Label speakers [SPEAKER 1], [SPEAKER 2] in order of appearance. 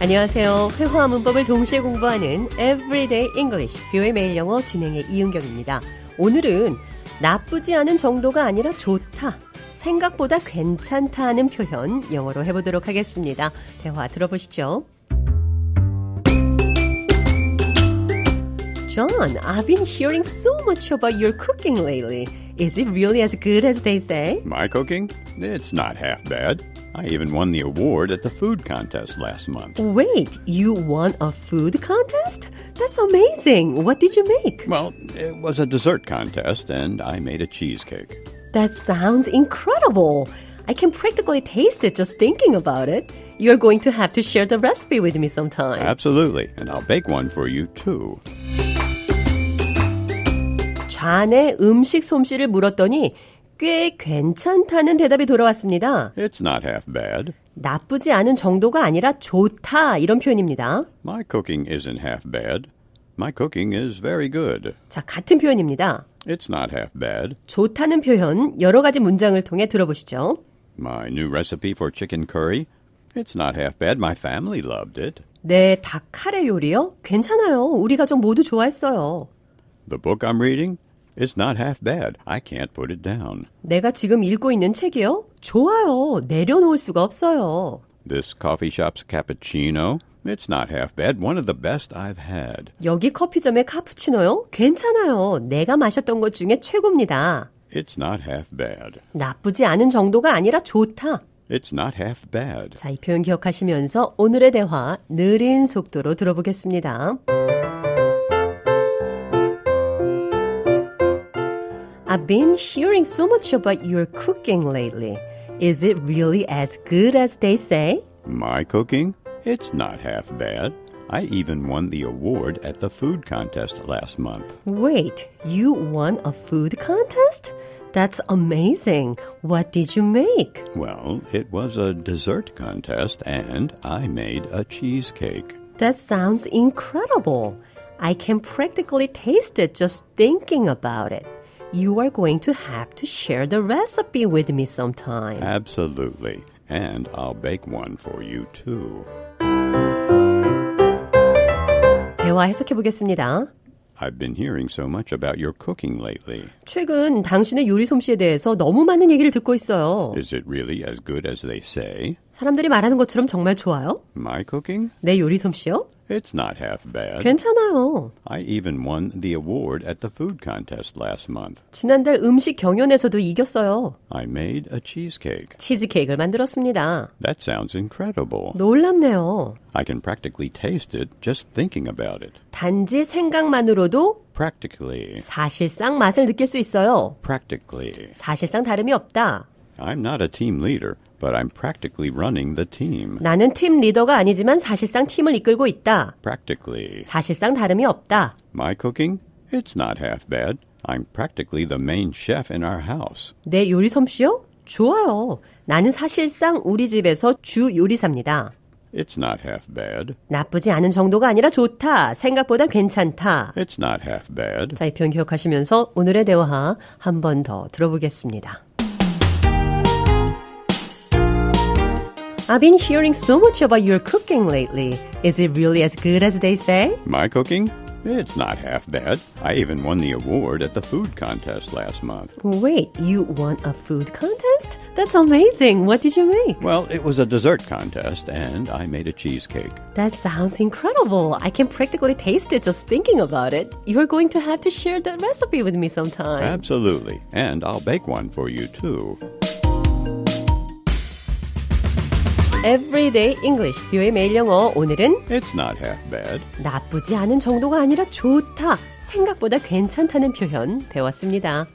[SPEAKER 1] 안녕하세요. 회화와 문법을 동시에 공부하는 Everyday English, 뷰의 매일 영어 진행의 이은경입니다. 오늘은 나쁘지 않은 정도가 아니라 좋다, 생각보다 괜찮다 하는 표현 영어로 해보도록 하겠습니다. 대화 들어보시죠. John, I've been hearing so much about your cooking lately. Is it really as good as they say?
[SPEAKER 2] My cooking? It's not half bad. I even won the award at the food contest last month.
[SPEAKER 1] Wait, you won a food contest? That's amazing. What did you make?
[SPEAKER 2] Well, it was a dessert contest, and I made a cheesecake.
[SPEAKER 1] That sounds incredible. I can practically taste it just thinking about it. You're going to have to share the recipe with me sometime.
[SPEAKER 2] Absolutely, and I'll bake one for you too.
[SPEAKER 1] 좌의 음식 솜씨를 물었더니 꽤 괜찮다는 대답이 돌아왔습니다.
[SPEAKER 2] It's not half bad.
[SPEAKER 1] 나쁘지 않은 정도가 아니라 좋다 이런 표현입니다.
[SPEAKER 2] My cooking isn't half bad. My cooking is very good.
[SPEAKER 1] 자, 같은 표현입니다.
[SPEAKER 2] It's not half bad.
[SPEAKER 1] 좋다는 표현 여러 가지 문장을 통해 들어보시죠.
[SPEAKER 2] My new recipe for chicken curry? It's not half bad. My family loved it.
[SPEAKER 1] 네, 닭 카레 요리요? 괜찮아요. 우리 가족 모두 좋아했어요.
[SPEAKER 2] The book I'm reading? It's not half bad. I can't put it down.
[SPEAKER 1] 내가 지금 읽고 있는 책이요? 좋아요. 내려놓을 수가 없어요.
[SPEAKER 2] This coffee shop's cappuccino? It's not half bad. One of the best I've had.
[SPEAKER 1] 여기 커피점의 카푸치노요? 괜찮아요. 내가 마셨던 것 중에 최고입니다.
[SPEAKER 2] It's not half bad.
[SPEAKER 1] 나쁘지 않은 정도가 아니라 좋다.
[SPEAKER 2] It's not half bad.
[SPEAKER 1] 자, 이 표현 기억하시면서 오늘의 대화 느린 속도로 들어보겠습니다. I've been hearing so much about your cooking lately. Is it really as good as they say?
[SPEAKER 2] My cooking? It's not half bad. I even won the award at the food contest last month.
[SPEAKER 1] Wait, you won a food contest? That's amazing. What did you make?
[SPEAKER 2] Well, it was a dessert contest, and I made a cheesecake.
[SPEAKER 1] That sounds incredible. I can practically taste it just thinking about it. You are going to have to share the recipe with me sometime.
[SPEAKER 2] 아. Absolutely. And I'll bake one for you, too.
[SPEAKER 1] 대화 해석해 보겠습니다.
[SPEAKER 2] I've been hearing so much about your cooking lately.
[SPEAKER 1] 최근 당신의 요리 솜씨에 대해서 너무 많은 얘기를 듣고 있어요.
[SPEAKER 2] Is it really as good as they say?
[SPEAKER 1] 사람들이 말하는 것처럼 정말 좋아요?
[SPEAKER 2] My cooking?
[SPEAKER 1] 내 요리 솜씨요?
[SPEAKER 2] It's not half bad.
[SPEAKER 1] 괜찮아요.
[SPEAKER 2] I even won the award at the food contest last month.
[SPEAKER 1] 지난달 음식 경연에서도 이겼어요.
[SPEAKER 2] I made a cheesecake.
[SPEAKER 1] 치즈케이크를 만들었습니다.
[SPEAKER 2] That sounds incredible.
[SPEAKER 1] 놀랍네요.
[SPEAKER 2] I can practically taste it just thinking about it.
[SPEAKER 1] 단지 생각만으로도
[SPEAKER 2] Practically.
[SPEAKER 1] 사실상 맛을 느낄 수 있어요.
[SPEAKER 2] Practically.
[SPEAKER 1] 사실상 다름이 없다.
[SPEAKER 2] I'm not a team leader, but I'm practically running the team.
[SPEAKER 1] 나는 팀 리더가 아니지만 사실상 팀을 이끌고 있다.
[SPEAKER 2] Practically.
[SPEAKER 1] 사실상 다름이 없다.
[SPEAKER 2] My cooking? It's not half bad. I'm practically the main chef in our house.
[SPEAKER 1] 내 요리 솜씨요? 좋아요. 나는 사실상 우리 집에서 주 요리사입니다.
[SPEAKER 2] It's not half bad.
[SPEAKER 1] 나쁘지 않은 정도가 아니라 좋다. 생각보다 괜찮다.
[SPEAKER 2] It's not half bad.
[SPEAKER 1] 자, 이 표현 기억하시면서 오늘의 대화 한 번 더 들어보겠습니다. I've been hearing so much about your cooking lately. Is it really as good as they say?
[SPEAKER 2] My cooking? It's not half bad. I even won the award at the food contest last month.
[SPEAKER 1] Wait, you won a food contest? That's amazing. What did you make?
[SPEAKER 2] Well, it was a dessert contest, and I made a cheesecake.
[SPEAKER 1] That sounds incredible. I can practically taste it just thinking about it. You're going to have to share that recipe with me sometime.
[SPEAKER 2] Absolutely. And I'll bake one for you, too.
[SPEAKER 1] Everyday English, 뷰의 매일 영어. 오늘은
[SPEAKER 2] It's not half bad.
[SPEAKER 1] 나쁘지 않은 정도가 아니라 좋다. 생각보다 괜찮다는 표현 배웠습니다.